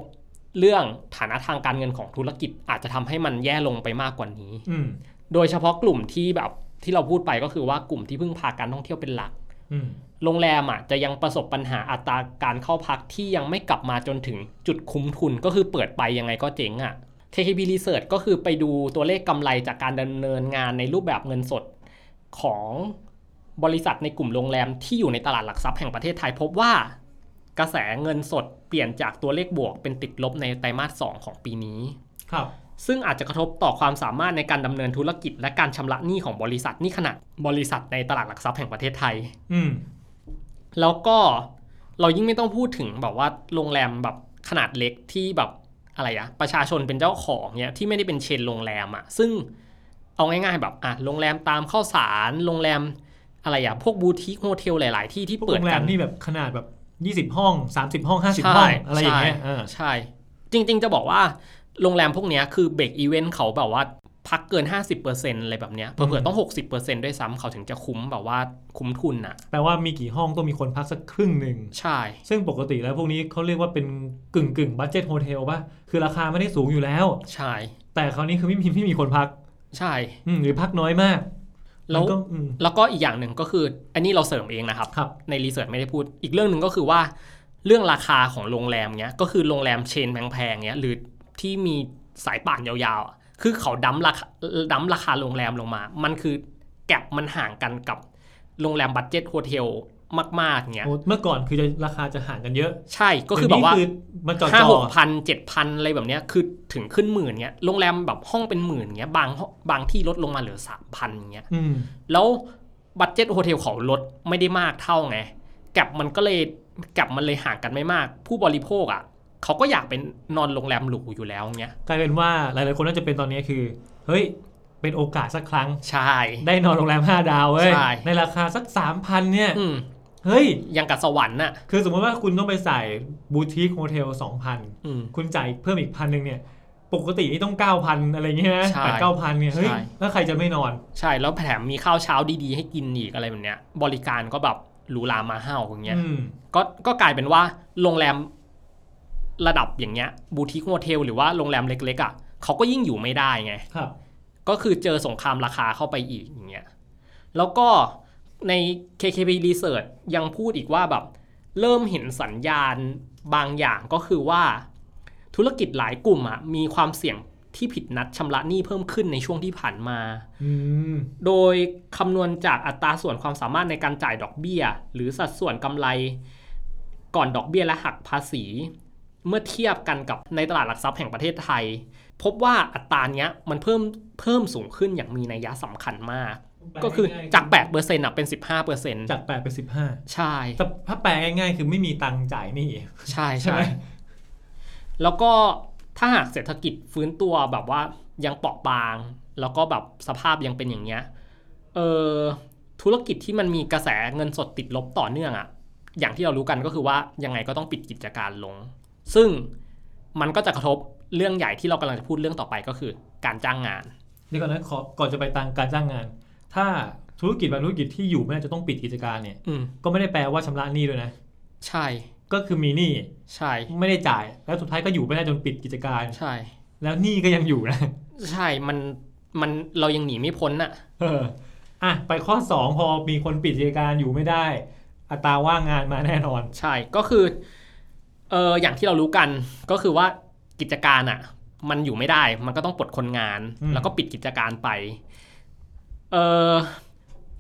S2: เรื่องฐานะทางการเงินของธุรกิจอาจจะทำให้มันแย่ลงไปมากกว่านี้
S3: อืม
S2: โดยเฉพาะกลุ่มที่แบบที่เราพูดไปก็คือว่ากลุ่มที่พึ่งพาการท่องเที่ยวเป็นหลัก
S3: อืม
S2: โรงแรมอ่ะจะยังประสบปัญหาอัตราการเข้าพักที่ยังไม่กลับมาจนถึงจุดคุ้มทุนก็คือเปิดไปยังไงก็เจ๊งอ่ะ KKP Research ก็คือไปดูตัวเลขกำไรจากการดำเนินงานในรูปแบบเงินสดของบริษัทในกลุ่มโรงแรมที่อยู่ในตลาดหลักทรัพย์แห่งประเทศไทย พบว่ากระแสเงินสดเปลี่ยนจากตัวเลขบวกเป็นติดลบในไตรมาสสองของปีนี้
S3: ครับ
S2: ซึ่งอาจจะกระทบต่อความสามารถในการดำเนินธุรกิจ และการชำระหนี้ของบริษัทนี่ขนาดบริษัทในตลาดหลักทรัพย์แห่งประเทศไทย
S3: อืม
S2: แล้วก็เรายิ่งไม่ต้องพูดถึงแบบว่าโรงแรมแบบขนาดเล็กที่แบบอะไรอะประชาชนเป็นเจ้าของเนี่ยที่ไม่ได้เป็นเชนโรงแรมอะซึ่งเอาง่ายๆแบบอ่ะโรงแรมตามข้าวสารโรงแรมอะไรอะพวกบูติกโฮเทลหลาย ๆ ที่ที่
S3: โร
S2: เปิด
S3: งแร
S2: กั
S3: ม
S2: น
S3: นี่แบบขนาดแบบยี่สิบห้องสามสิบห้องห้าสิบห้อง อะไรอย่างเงี้ย
S2: ใช่
S3: อ่า
S2: ใช่ จริง ๆ จะบอกว่าโรงแรมพวกเนี้ยคือเบรกอีเวนต์เขาแบบว่าพักเกิน 50%อะไรแบบเนี้ยเผื่อๆต้อง 60%ด้วยซ้ำเขาถึงจะคุ้มแบบว่าคุ้มทุนน่ะ
S3: แปลว่ามีกี่ห้องต้องมีคนพักสักครึ่งหนึ่ง
S2: ใช่
S3: ซึ่งปกติแล้วพวกนี้เขาเรียกว่าเป็นกึ่งกึ่งบัตเจ็ตโฮเทลป่ะ คือราคาไม่ได้สูงอยู่แล้ว
S2: ใช่
S3: แต่คราวนี้คือไม่มีไม่มีคนพัก
S2: ใช่
S3: อืมหรือพักน้อยมาก
S2: แล้ว
S3: มันก็อืม
S2: แล้วก็อีกอย่างหนึ่งก็คือ อันนี้เราเสริมเองนะครับ
S3: ครับ
S2: ในรีเสิร์ชไม่ได้พูด อีกเรื่องหนึ่งก็คือว่าเรื่องราคาของโรงแรมเนี้ยก็คือโรงแรมเชนแพงๆเนี้ยหรือที่มีสายป่านยาวๆอะคือเขาดั้มราคาดั้มราคาโรงแรมลงมา มันคือแก็บมันห่างกันกับโรงแรมบัตเจ็ตโฮเทลมากๆเนี้ย
S3: โอ้เมื่อก่อนคือจะราคาจะห่างกันเยอะ
S2: ใช่ก็คือแบบว่า
S3: เดี๋ยนี้คือมันจ่อ
S2: ห้า
S3: จ่
S2: ห
S3: อก
S2: พันเจ็ดพันอะไรแบบเนี้ยคือถึงขึ้นหมื่นเนี้ยโรงแรมแบบห้องเป็นหมื่นเนี้ยบางห้องบางที่ลดลงมาเหลือสามพันเนี้ย
S3: อืม
S2: แล้วบัตเจ็ตโฮเทลเขาลดไม่ได้มากเท่าไงแกับมันก็เลยแกับมันเลยห่างกันไม่มาก ผู้บริโภคอ่ะเขาก็อยากเป็นนอนโรงแรมหรูอยู่แล้วเงี้ย
S3: กลายเป็นว่าหลายๆคนน่าจะเป็นตอนนี้คือ เฮ้ย เป็นโอกาสสักครั้ง
S2: ใช่
S3: ได้นอนโรงแรม 5 ดาวเว้ย
S2: ใช่
S3: ในราคาสัก 3,000 เนี่ย
S2: อืม
S3: เฮ้ย
S2: ยังกับสวรรค์น่ะ
S3: คือสมมติว่าคุณต้องไปใส่บูติกโฮเทล2,000
S2: อืม
S3: คุณจ่ายเพิ่มอีกพันหนึ่งเนี่ย ปกตินี่ต้อง 9,000 อะไรเงี้ยนะ
S2: ใช่
S3: แปดเก้าพันเนี่ยเฮ้ย
S2: ใช่
S3: แล้วใครจะไม่นอน
S2: ใช่แล้วแถมมีข้าวเช้าดีๆ ให้กินอีกอะไรแบบเนี้ย บริการก็แบบหรูหรามาห้าวอย่างเงี้ย
S3: อืม
S2: ก็ก็กลายเป็นว่าโรงแรมระดับอย่างเงี้ยบูติกโฮเทลหรือว่าโรงแรมเล็กๆอ่ะเขาก็ยิ่งอยู่ไม่ได้ไง
S3: ครับ
S2: ก็คือเจอสงครามราคาเข้าไปอีกอย่างเงี้ย แล้วก็ใน KKP Research ยังพูดอีกว่าแบบเริ่มเห็นสัญญาณบางอย่างก็คือว่า ธุรกิจหลายกลุ่มอะมีความเสี่ยงที่ผิดนัดชำระหนี้เพิ่มขึ้นในช่วงที่ผ่านมา
S3: อืม
S2: โดยคำนวณจากอัตราส่วนความสามารถในการจ่ายดอกเบี้ย หรือสัดส่วนกำไรก่อนดอกเบี้ยและหักภาษี เมื่อเทียบกันกับในตลาดหลักทรัพย์แห่งประเทศไทย พบว่าอัตราเนี้ยมันเพิ่มเพิ่มสูงขึ้นอย่างมีนัยสำคัญมาก ก็คือจาก8%เปอร์เซ็นต์เป็น 15เปอร์เซ็นต์
S3: จากแปดเป็นสิบห้า
S2: ใช่
S3: แต่ถ้าแปลง่ายๆ คือไม่มีตังค์จ่ายหนี่
S2: ใช่
S3: ใช่
S2: ใช่
S3: ไหม
S2: แล้วก็ถ้าหากเศรษฐกิจฟื้นตัวแบบว่ายังเปราะบาง แล้วก็แบบสภาพยังเป็นอย่างเงี้ย เออธุรกิจที่มันมีกระแสเงินสดติดลบต่อเนื่องอะอย่างที่เรารู้กันก็คือว่ายังไงก็ต้องปิดกิจการลง ซึ่งมันก็จะกระทบเรื่องใหญ่ที่เรากำลังจะพูดเรื่องต่อไปก็คือ การจ้างงาน
S3: เดี๋ยวก่อนนะขอก่อนจะไปตังการจ้างงาน ถ้าธุรกิจบางธุรกิจที่อยู่ไม่น่าจะต้องปิดกิจการเนี่ย
S2: อืม
S3: ก็ไม่ได้แปลว่าชำระหนี้ด้วยนะ
S2: ใช่
S3: ก็คือมีหนี้
S2: ใช่
S3: ไม่ได้จ่าย แล้วสุดท้ายก็อยู่ไม่ได้จนปิดกิจการ
S2: ใช่
S3: แล้วหนี้ก็ยังอยู่นะ (laughs)
S2: ใช่มันมันเรายังหนีไม่พ้นอะ
S3: เอออ่ะไปข้อสองพอมีคนปิดกิจการอยู่ไม่ได้ อัตราว่างงานมาแน่นอน
S2: ใช่ ก็คือเอออย่างที่เรารู้กันก็คือว่ากิจการอ่ะ มันอยู่ไม่ได้ มันก็ต้องปลดคนงาน
S3: อืม
S2: แล้วก็ปิดกิจการไปเออ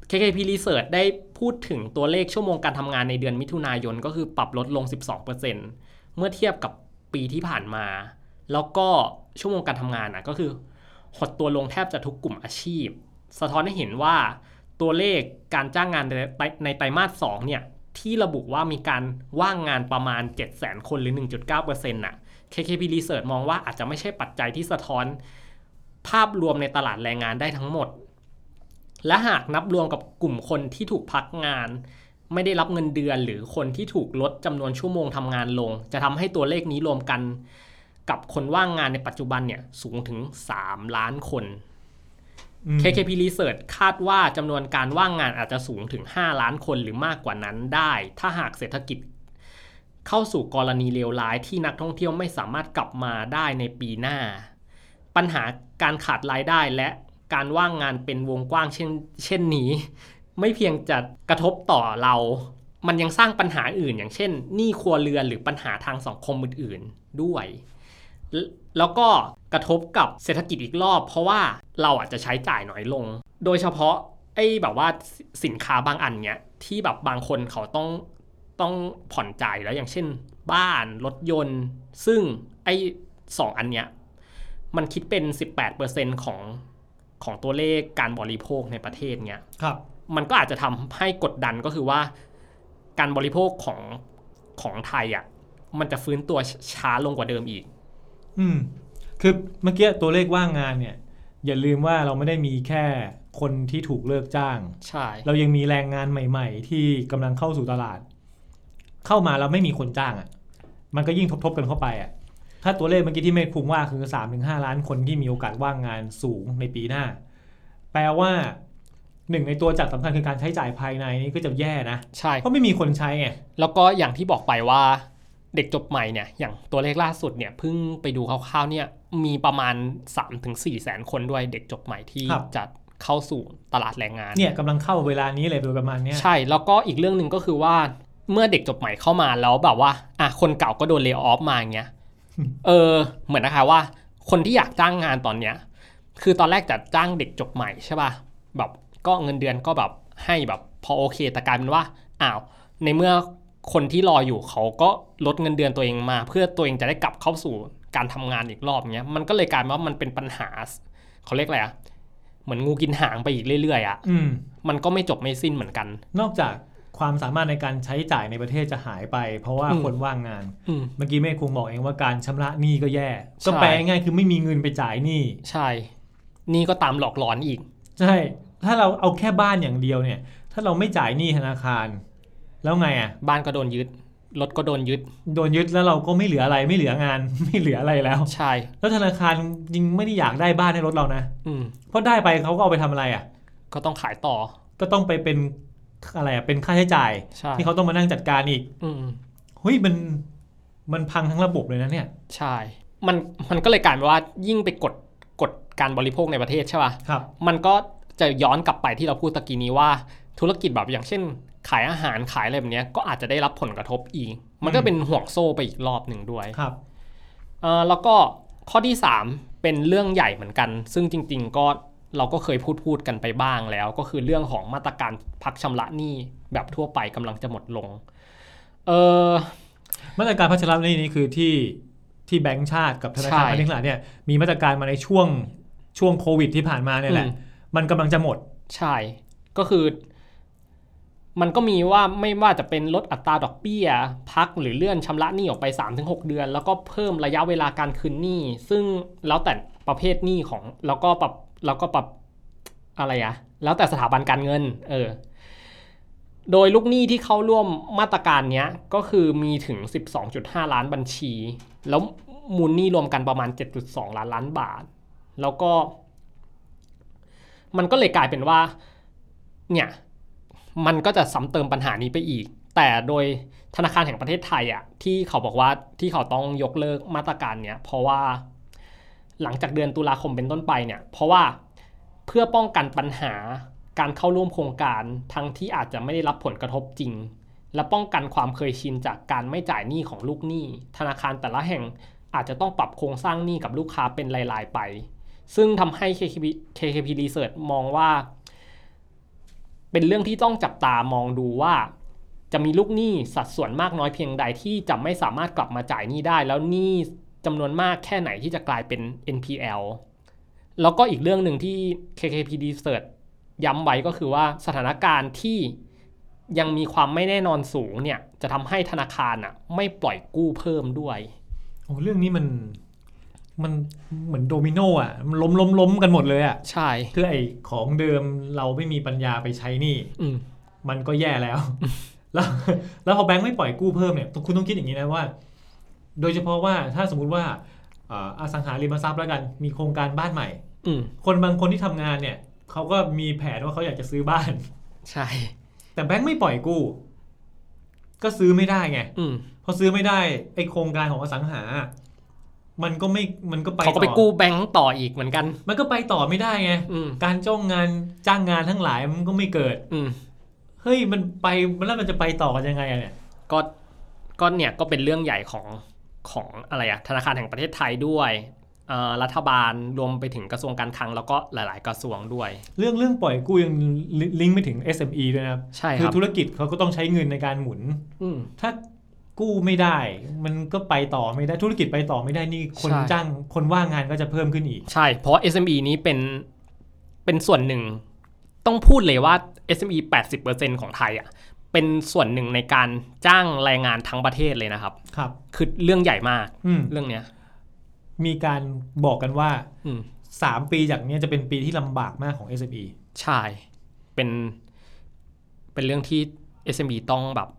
S2: KKP Research ได้พูดถึงตัวเลขชั่วโมงการทำงานในเดือนมิถุนายนก็คือปรับลดลง 12%เมื่อเทียบกับปีที่ผ่านมา แล้วก็ชั่วโมงการทำงานนะก็คือ หดตัวลงแทบจะทุกกลุ่มอาชีพ สะท้อนให้เห็นว่าตัวเลขการจ้างงานในไตในไตรมาส2เนี่ย ที่ระบุว่ามีการว่างงานประมาณ 7 0 0 0 0 คนหรือ 1.9%น่ะ KKP Research มองว่าอาจจะไม่ใช่ปัจจัยที่สะท้อน ภาพรวมในตลาดแรงงานได้ทั้งหมด และหากนับรวมกับกลุ่มคนที่ถูกพักงาน ไม่ได้รับเงินเดือน หรือคนที่ถูกลดจำนวนชั่วโมงทำงานลง จะทำให้ตัวเลขนี้รวมกัน กับคนว่างงานในปัจจุบันเนี่ยสูงถึง 3 ล้านคน
S3: อืม
S2: KKP Research คาดว่าจำนวนการว่างงานอาจจะสูงถึง 5 ล้านคนหรือมากกว่านั้นได้ ถ้าหากเศรษฐกิจ เข้าสู่กรณีเลวร้ายที่นักท่องเที่ยวไม่สามารถกลับมาได้ในปีหน้า ปัญหาการขาดรายได้และการว่างงานเป็นวงกว้างเช่นเช่นนี้ ไม่เพียงจะกระทบต่อเรา มันยังสร้างปัญหาอื่น อย่างเช่นหนี้ครัวเรือนหรือปัญหาทางสังคมอื่นๆด้วยแลแล้วก็กระทบกับเศรษฐกิจอีกรอบ เพราะว่าเราอาจจะใช้จ่ายน้อยลง โดยเฉพาะไอ้แบบว่าสิสินค้าบางอันเนี้ยที่แบบบางคนเขาต้องต้องผ่อนจ่ายแล้วอย่างเช่น บ้านรถยนต์ ซึ่งไอ้สองอันเนี้ยมันคิดเป็น 18%ของของตัวเลขการบริโภคในประเทศเนี้ย
S3: ครับ
S2: มันก็อาจจะทำให้กดดันก็คือว่า การบริโภคของของไทยอ่ะมันจะฟื้นตัวชช้าลงกว่าเดิมอีก
S3: อืมคือเมื่อกี้ตัวเลขว่างงานเนี่ย อย่าลืมว่าเราไม่ได้มีแค่คนที่ถูกเลิกจ้าง
S2: ใช่
S3: (laughs) เรายังมีแรงงานใหม่ ๆ ที่กำลังเข้าสู่ตลาด เข้ามาแล้วไม่มีคนจ้างอ่ะ มันก็ยิ่งทบๆกันเข้าไปอ่ะ ถ้าตัวเลขเมื่อกี้ที่เมธภูมิว่าคือ3าถึงหล้านคนที่มีโอกาสว่างงานสูงในปีหน้า แปลว่าหนึ่งในตัวจัดสำคัญคือการใช้จ่ายภายในนี่ก็จะแย่นะ
S2: ใช่
S3: เพราะไม่มีคนใช้ไง
S2: แล้วก็อย่างที่บอกไปว่าเด็กจบใหม่เนี่ย อย่างตัวเลขล่าสุดเนี่ยเพิ่งไปดูคร่าวๆเนี่ยมีประมาณ 3-4แสนคนด้วยเด็กจบใหม่ที่
S3: ครับ
S2: จะเข้าสู่ตลาดแรงงาน
S3: เนี่ยกำลังเข้าเวลานี้เลยโดยประมาณเนี้ย
S2: ใช่ แล้วก็อีกเรื่องหนึ่งก็คือว่าเมื่อเด็กจบใหม่เข้ามาแล้วแบบว่าอ่ะคนเก่าก็โดนเล y o ออฟมา
S3: (laughs)
S2: อย่างเงี้ยเออ เหมือนนะคะว่า คนที่อยากจ้างงานตอนเนี้ย คือตอนแรกจะจ้างเด็กจบใหม่ใช่ป่ะแบบก็เงินเดือนก็แบบให้แบบพอโอเคแต่กลายเป็นว่าอ้าวในเมื่อคนที่รออยู่เขาก็ลดเงินเดือนตัวเองมา เพื่อตัวเองจะได้กลับเข้าสู่การทำงานอีกรอบเนี้ยมันก็เลยกลายมาว่ามันเป็นปัญหาเขาเรียกอะไรอะเหมือนงูกินหางไปอีกเรื่อยๆอะ
S3: อืม
S2: มันก็ไม่จบไม่สิ้นเหมือนกัน
S3: นอกจากความสามารถในการใช้จ่ายในประเทศจะหายไป เพราะว่า
S2: อืม
S3: คนว่างงาน
S2: อืม
S3: เมื่อกี้เมฆคงบอกเองว่าการชำระหนี้ก็แย่
S2: ใช่
S3: ก็แปลง่ายๆคือไม่มีเงินไปจ่ายหนี้
S2: ใช่ นี่ก็ตามหลอกหลอนอีก
S3: ใช่ ถ้าเราเอาแค่บ้านอย่างเดียวเนี่ย ถ้าเราไม่จ่ายหนี้ธนาคาร แล้วไงอ่ะ
S2: บ้านก็โดนยึด รถก็โดนยึด
S3: โดนยึดแล้วเราก็ไม่เหลืออะไรไม่เหลืองาน (laughs) ไม่เหลืออะไรแล้ว
S2: ใช่
S3: แล้วธนาคารจริงไม่ได้อยากได้บ้านให้รถเรานะ
S2: อืม
S3: เพราะได้ไปเขาก็เอาไปทำอะไรอ่ะ
S2: ก็ต้องขายต่อ
S3: ก็ต้องไปเป็นอะไรอ่ะ เป็นค่าใช้จ่าย
S2: ใช่
S3: ที่เขาต้องมานั่งจัดการอีก
S2: อืม
S3: เฮ้ยมันมันพังทั้งระบบเลยนะเนี่ย
S2: ใช่ มัน มันก็เลยกลายเป็นว่ายิ่งไปกด กดการบริโภคในประเทศใช่ป่ะ
S3: ครับ
S2: มันก็จะย้อนกลับไปที่เราพูดตะกี้นี้ว่า ธุรกิจแบบอย่างเช่น ขายอาหารขายอะไรแบบเนี้ยก็อาจจะได้รับผลกระทบอีก มันก็เป็นห่วงโซ่ไปอีกรอบหนึ่งด้วย
S3: ครับ
S2: เอ่อแล้วก็ข้อที่ 3 เป็นเรื่องใหญ่เหมือนกัน ซึ่งจริงๆก็เราก็เคยพูดพูดกันไปบ้างแล้ว ก็คือเรื่องของมาตรการพักชำระหนี้แบบทั่วไปกำลังจะหมดลงเออ
S3: มาตรการพัชรับนี่นี่คือที่ที่แบงก์ชาติกับธนาคาร
S2: ใช่
S3: พาณิชย์ทั้งหลายเนี่ยมีมาตรการมาในช่วงช่วงโควิดที่ผ่านมาเนี่ยแหละ
S2: อืม
S3: มันกำลังจะหมด
S2: ใช่ ก็คือ มันก็มีว่าไม่ว่าจะเป็นลดอัตราดอกเบี้ย พักหรือเลื่อนชำระหนี้ออกไป 3-6 เดือน แล้วก็เพิ่มระยะเวลาการคืนหนี้ ซึ่งแล้วแต่ประเภทหนี้ของแล้วก็ปรับแล้วก็ปรับอะไรอะแล้วแต่สถาบันการเงิน เออ โดยลูกหนี้ที่เข้าร่วมมาตรการเนี้ยก็คือมีถึง 12.5 ล้านบัญชี แล้วมูลหนี้รวมกันประมาณ 7.2 ล้านล้านบาท แล้วก็ มันก็เลยกลายเป็นว่า เนี่ย มันก็จะซ้ำเติมปัญหานี้ไปอีก แต่โดยธนาคารแห่งประเทศไทยอะ่ะ ที่เขาบอกว่าที่เขาต้องยกเลิกมาตรการเนี้ยเพราะว่าหลังจากเดือนตุลาคมเป็นต้นไปเนี่ย เพราะว่าเพื่อป้องกันปัญหาการเข้าร่วมโครงการทั้งที่อาจจะไม่ได้รับผลกระทบจริง และป้องกันความเคยชินจากการไม่จ่ายหนี้ของลูกหนี้ ธนาคารแต่ละแห่งอาจจะต้องปรับโครงสร้างหนี้กับลูกค้าเป็นรายๆไป ซึ่งทำให้ KKP, KKP Research มองว่า เป็นเรื่องที่ต้องจับตามองดูว่า จะมีลูกหนี้สัดส่วนมากน้อยเพียงใดที่จะไม่สามารถกลับมาจ่ายหนี้ได้ แล้วหนี้จำนวนมากแค่ไหนที่จะกลายเป็น NPL แล้วก็อีกเรื่องหนึ่งที่ KKP Research ย้ำไว้ก็คือว่าสถานการณ์ที่ยังมีความไม่แน่นอนสูงเนี่ย จะทำให้ธนาคารอ่ะไม่ปล่อยกู้เพิ่มด้วย
S3: โอ้เรื่องนี้มัน มันเหมือนโดมิโนอ่ะมันล้มล้มล้มกันหมดเลยอ่ะ
S2: ใช่
S3: คือไอ้ของเดิมเราไม่มีปัญญาไปใช้หนี่
S2: อืม
S3: มันก็แย่แล้ว (laughs) แล้ว แล้วพอแบงค์ไม่ปล่อยกู้เพิ่มเนี่ย คุณต้องคิดอย่างนี้นะว่า โดยเฉพาะว่าถ้าสมมุติว่าเอ่ออสังหาริมทรัพย์แล้วกัน มีโครงการบ้านใหม่
S2: อืม
S3: คนบางคนที่ทำงานเนี่ย เขาก็มีแผนว่าเขาอยากจะซื้อบ้าน
S2: ใช่
S3: แต่แบงค์ไม่ปล่อยกู้ ก็ซื้อไม่ได้ไง
S2: อืม
S3: พอซื้อไม่ได้ไอโครงการของอสังหา มันก็ไม่ มันก็ไป
S2: เขาก็ไป
S3: ต่อ
S2: กู้แบงก์ต่ออีกเหมือนกัน
S3: มันก็ไปต่อไม่ได้ไง
S2: อืม
S3: การจ้องงานจ้างงานทั้งหลายมันก็ไม่เกิด
S2: อืม
S3: เฮ้ย มันไปแล้วมันจะไปต่อกันยังไงอะเนี่ย
S2: ก็ก็เนี่ยก็เป็นเรื่องใหญ่ของของอะไรอะธนาคารแห่งประเทศไทยด้วยเอ่อรัฐบาลรวมไปถึงกระทรวงการคลังแล้วก็หลาย ๆ กระทรวงด้วย
S3: เรื่องเรื่องปล่อยกู้ยังลิลิงก์ไม่ถึง SME ด้วยนะครับ
S2: ใช่ค
S3: คือ
S2: รับ
S3: ธุรกิจเขาก็ต้องใช้เงินในการหมุน
S2: อืม
S3: ถ้ากู้ไม่ได้ มันก็ไปต่อไม่ได้ธุรกิจไปต่อไม่ได้นี่คน
S2: ใช่
S3: จ้างคนว่างงานก็จะเพิ่มขึ้นอีก
S2: ใช่ เพราะ SME นี้เป็นเป็นส่วนหนึ่ง ต้องพูดเลยว่า SME 80%ของไทยอะเป็นส่วนหนึ่งในการจ้างแรงงานทั้งประเทศเลยนะครับ
S3: ครับ
S2: คือเรื่องใหญ่มาก
S3: อืม
S2: เรื่องเนี้ย
S3: มีการบอกกันว่า
S2: อืม
S3: 3 ปีจากเนี้ยจะเป็นปีที่ลำบากมากของ SME
S2: ใช่ เป็นเป็นเรื่องที่ SME ต้องแบบ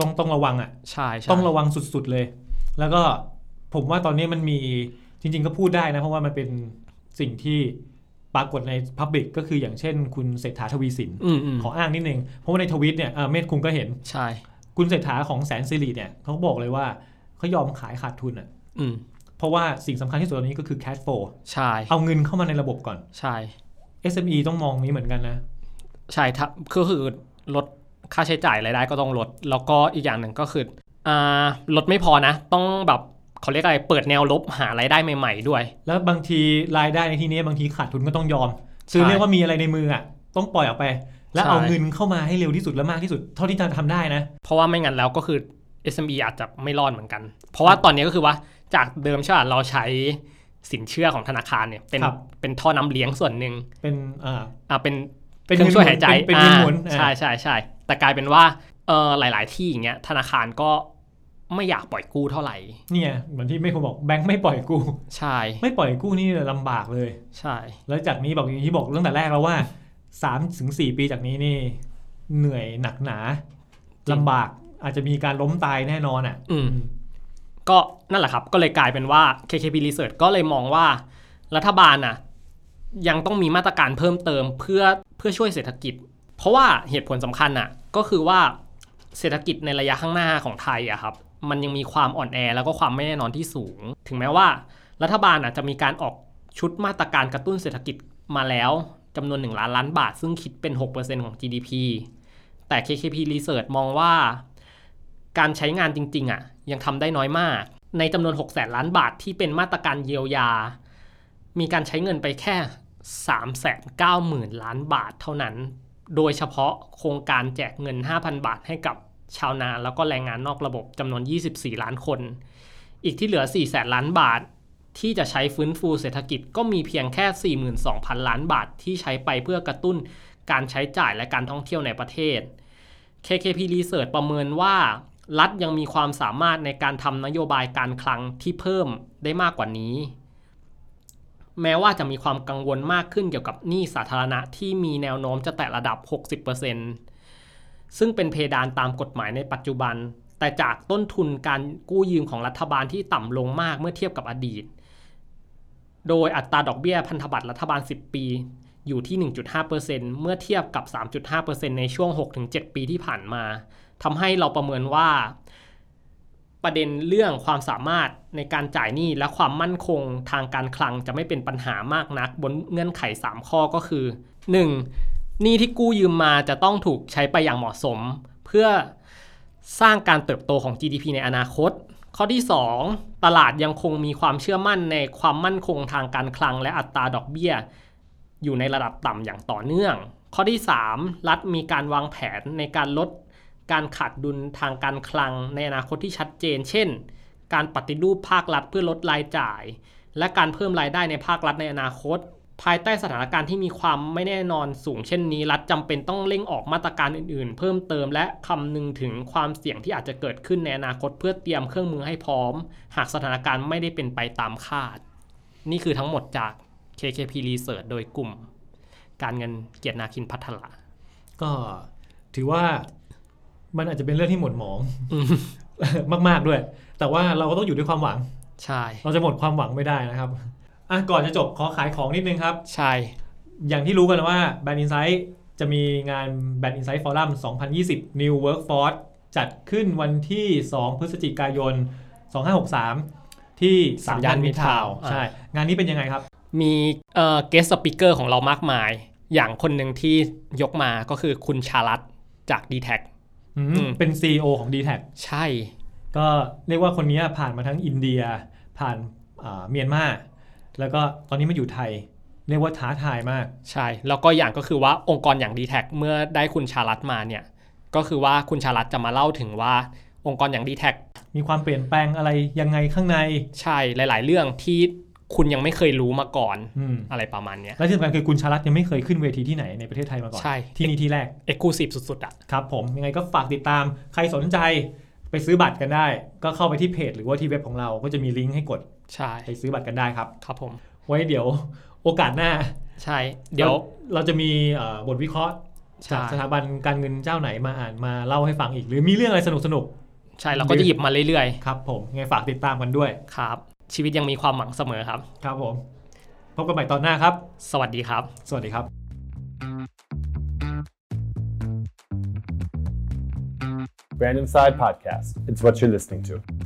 S3: ต้องต้องระวังอ่ะ
S2: ใช่ใช่
S3: ต้องระวังสุดๆเลย แล้วก็ผมว่าตอนนี้มันมีจริง ๆ ก็พูดได้นะ เพราะว่ามันเป็นสิ่งที่ปรากฏใน Public ก็คืออย่างเช่น คุณเศรษฐาทวีสิน
S2: อืมอืม
S3: ขออ้างนิดนึง เพราะว่าในทวิตเนี่ยเอ่อเมธคุณก็เห็น
S2: ใช่
S3: คุณเศรษฐาของแสนสิริเนี่ยเขาบอกเลยว่าเขายอมขายขาดทุนอ่ะ
S2: อืม
S3: เพราะว่าสิ่งสำคัญที่สุดตอนนี้ก็คือ cash flow
S2: ใช่
S3: เอาเงินเข้ามาในระบบก่อน
S2: ใช่
S3: SME ต้องมองนี้เหมือนกันนะ
S2: ใช่ถ้าก็คือลดค่าใช้จ่ายรายได้ก็ต้องลด แล้วก็อีกอย่างหนึ่งก็คืออ่าลดไม่พอนะ ต้องแบบเขาเรียกอะไรเปิดแนวลบหารายได้ใหม่ ๆ ด้วย
S3: แล้วบางทีรายได้ในที่นี้บางทีขาดทุนก็ต้องยอม คือ
S2: ใช่
S3: เรียกว่ามีอะไรในมืออ่ะต้องปล่อยออกไป แล้ว
S2: ใช่
S3: เอาเงินเข้ามาให้เร็วที่สุดและมากที่สุดเท่าที่จะทำได้นะ
S2: เพราะว่าไม่งั้นแล้วก็คือ SME อาจจะไม่รอดเหมือนกัน เพราะว่าตอนนี้ก็คือว่าจากเดิมใช่ป่ะเราใช้สินเชื่อของธนาคารเนี่ยเป็น
S3: ครับ
S2: เป็นท่อน้ำเลี้ยงส่วนหนึ่ง
S3: เป็นอ่า
S2: อ่าเป็น
S3: เป็น
S2: ครื่องช่วยหายใจ
S3: เป็นเป็นเงินหมุน
S2: อ่า
S3: อ่า
S2: ใช่ใช่ใช่แต่กลายเป็นว่าเออหลาย ๆ ที่อย่างเงี้ยธนาคารก็ไม่อยากปล่อยกู้เท่าไหร่
S3: เนี่ยเหมือนที่ไม่คุณบอกแบงค์ไม่ปล่อยกู้ (laughs)
S2: ใช่
S3: ไม่ปล่อยกู้นี่ลำบากเลย
S2: ใช่
S3: แล้วจากนี้บอกอย่างที่บอกตั้งแต่แรกแล้วว่าสามถึงสี่ปีจากนี้นี่ เหนื่อยหนักหนา
S2: จริ
S3: ลำ
S2: ง
S3: บากอาจจะมีการล้มตายแน่นอนอ่ะ
S2: อืม ก็นั่นแหละครับ ก็เลยกลายเป็นว่า KKP Research ก็เลยมองว่า รัฐบาลน่ะยังต้องมีมาตรการเพิ่มเติมเพื่อเพื่อช่วยเศรษฐกิจ เพราะว่าเหตุผลสำคัญน่ะก็คือว่าเศรษฐกิจในระยะข้างหน้าของไทยอะครับ มันยังมีความอ่อนแอแล้วก็ความไม่แน่นอนที่สูง ถึงแม้ว่า รัฐบาลอาจจะมีการออกชุดมาตรการกระตุ้นเศรษฐกิจมาแล้วจำนวน 1 ล้านล้านบาท ซึ่งคิดเป็น 6%ของ GDP แต่ KKP Research มองว่า การใช้งานจริง ๆ อ่ะ ยังทำได้น้อยมาก ในจำนวน 6 แสนล้านบาทที่เป็นมาตรการเยียวยา มีการใช้เงินไปแค่3 9 0 0 0 0 ล้านบาทเท่านั้น โดยเฉพาะโครงการแจกเงิน 5,000 บาทให้กับชาวนาแล้วก็แรงงานนอกระบบจำนวน 24 ล้านคน อีกที่เหลือ 4 แสนล้านบาท ที่จะใช้ฟื้นฟูเศรษฐกิจก็มีเพียงแค่ 42,000 ล้านบาทที่ใช้ไปเพื่อกระตุ้นการใช้จ่ายและการท่องเที่ยวในประเทศ KKP Research ประเมินว่า รัฐยังมีความสามารถในการทำนโยบายการคลังที่เพิ่มได้มากกว่านี้ แม้ว่าจะมีความกังวลมากขึ้นเกี่ยวกับหนี้สาธารณะที่มีแนวโน้มจะแตะระดับ 60%ซึ่งเป็นเพดานตามกฎหมายในปัจจุบัน แต่จากต้นทุนการกู้ยืมของรัฐบาลที่ต่ำลงมากเมื่อเทียบกับอดีต โดยอัตราดอกเบี้ยพันธบัตรรัฐบาล 10 ปี อยู่ที่ 1.5%เมื่อเทียบกับ 3.5%ในช่วง 6-7 ปีที่ผ่านมาทำให้เราประเมินว่า ประเด็นเรื่องความสามารถในการจ่ายหนี้และความมั่นคงทางการคลังจะไม่เป็นปัญหามากนัก บนเงื่อนไข 3 ข้อก็คือ 1. หนี้ที่กู้ยืมมาจะต้องถูกใช้ไปอย่างเหมาะสม เพื่อสร้างการเติบโตของ GDP ในอนาคต ข้อที่ 2 ตลาดยังคงมีความเชื่อมั่นในความมั่นคงทางการคลัง และอัตราดอกเบี้ย อยู่ในระดับต่ำอย่างต่อเนื่อง ข้อที่ 3 รัฐมีการวางแผนในการลดการขาดดุลทางการคลังในอนาคตที่ชัดเจน เช่น การปฏิรูปภาครัฐเพื่อลดรายจ่าย และการเพิ่มรายได้ในภาครัฐในอนาคต ภายใต้สถานการณ์ที่มีความไม่แน่นอนสูงเช่นนี้ รัฐจำเป็นต้องเร่งออกมาตรการอื่นๆ เพิ่มเติมและคำนึงถึงความเสี่ยงที่อาจจะเกิดขึ้นในอนาคตเพื่อเตรียมเครื่องมือให้พร้อม หากสถานการณ์ไม่ได้เป็นไปตามคาด นี่คือทั้งหมดจาก KKP Research โดยกลุ่ม การเงินเกียรตินาคินพัฒละ
S3: ก็ถือว่ามันอาจจะเป็นเรื่องที่หม่นหมอง (laughs) มากๆด้วย แต่ว่าเราก็ต้องอยู่ด้วยความหวัง
S2: ใช่
S3: เราจะหมดความหวังไม่ได้นะครับอ่ะก่อนจะจบขอขายของนิดนึงครับ
S2: ใช่
S3: อย่างที่รู้กันว่า b a d Insight จะมีงาน b a d Insight Forum 2020 New Workforce จัดขึ้นวันที่ 2 พฤศจิกายน 2563 ที่สามย่านมิตรทาวน์ใช่ งานนี้เป็นยังไงครับ
S2: มีเอ่อ guest speaker ของเรามากมาย อย่างคนหนึ่งที่ยกมาก็คือคุณชาลัดจาก d t แท
S3: อืม
S2: อืม
S3: เป็น CEO ของ d t แท
S2: ใช่
S3: ก็เรียกว่าคนนี้ผ่านมาทั้งอินเดีย ผ่านอ่าเมียนมาแล้วก็ตอนนี้มาอยู่ไทย เรียกว่าท้าทายมาก
S2: ใช่ แล้วก็อย่างก็คือว่าองค์กรอย่าง d t แทเมื่อได้คุณชาลัดมาเนี่ย ก็คือว่าคุณชาลัดจะมาเล่าถึงว่าองค์กรอย่าง d t แท
S3: มีความเปลี่ยนแปลงอะไรยังไงข้างใน
S2: ใช่หลาย ๆ เรื่องที่คุณยังไม่เคยรู้มาก่อน
S3: อืม
S2: อะไรประมาณเนี้ย
S3: และที่สำคัญคือคุณชาลัดยังไม่เคยขึ้นเวทีที่ไหนในประเทศไทยมาก่อน
S2: ใช่
S3: ที่นี่ที่แรก
S2: เอกลูซีฟสุด ๆ อ่ะ
S3: ครับผมยังไงก็ฝากติดตามใครสนใจไปซื้อบัตรกันได้ ก็เข้าไปที่เพจหรือว่าที่เว็บของเราก็จะมีลิงก์ให้กด
S2: ใช่
S3: ไปซื้อบัตรกันได้ครับ
S2: ครับผม
S3: ไว้เดี๋ยวโอกาสหน้า
S2: ใช่ เดี๋ยว
S3: ราเราจะมีเอ่อบทวิเคราะห์
S2: ใช่
S3: จากสถาบันการเงินเจ้าไหนมาอ่านมาเล่าให้ฟังอีก หรือมีเรื่องอะไรสนุกสนุก
S2: ใช่เราก็จะหยิบมาเรื่อย
S3: ๆครับผมยังไงฝากติดตามกันด้วย
S2: ๆ ครับ ชีวิตยังมีความหวังเสมอครับ
S3: ครับผมพบกันใหม่ตอนหน้าครับ
S2: สวัสดีครับ
S3: สวัสดีครับ
S1: Brand Inside Podcast. It's what you're listening to.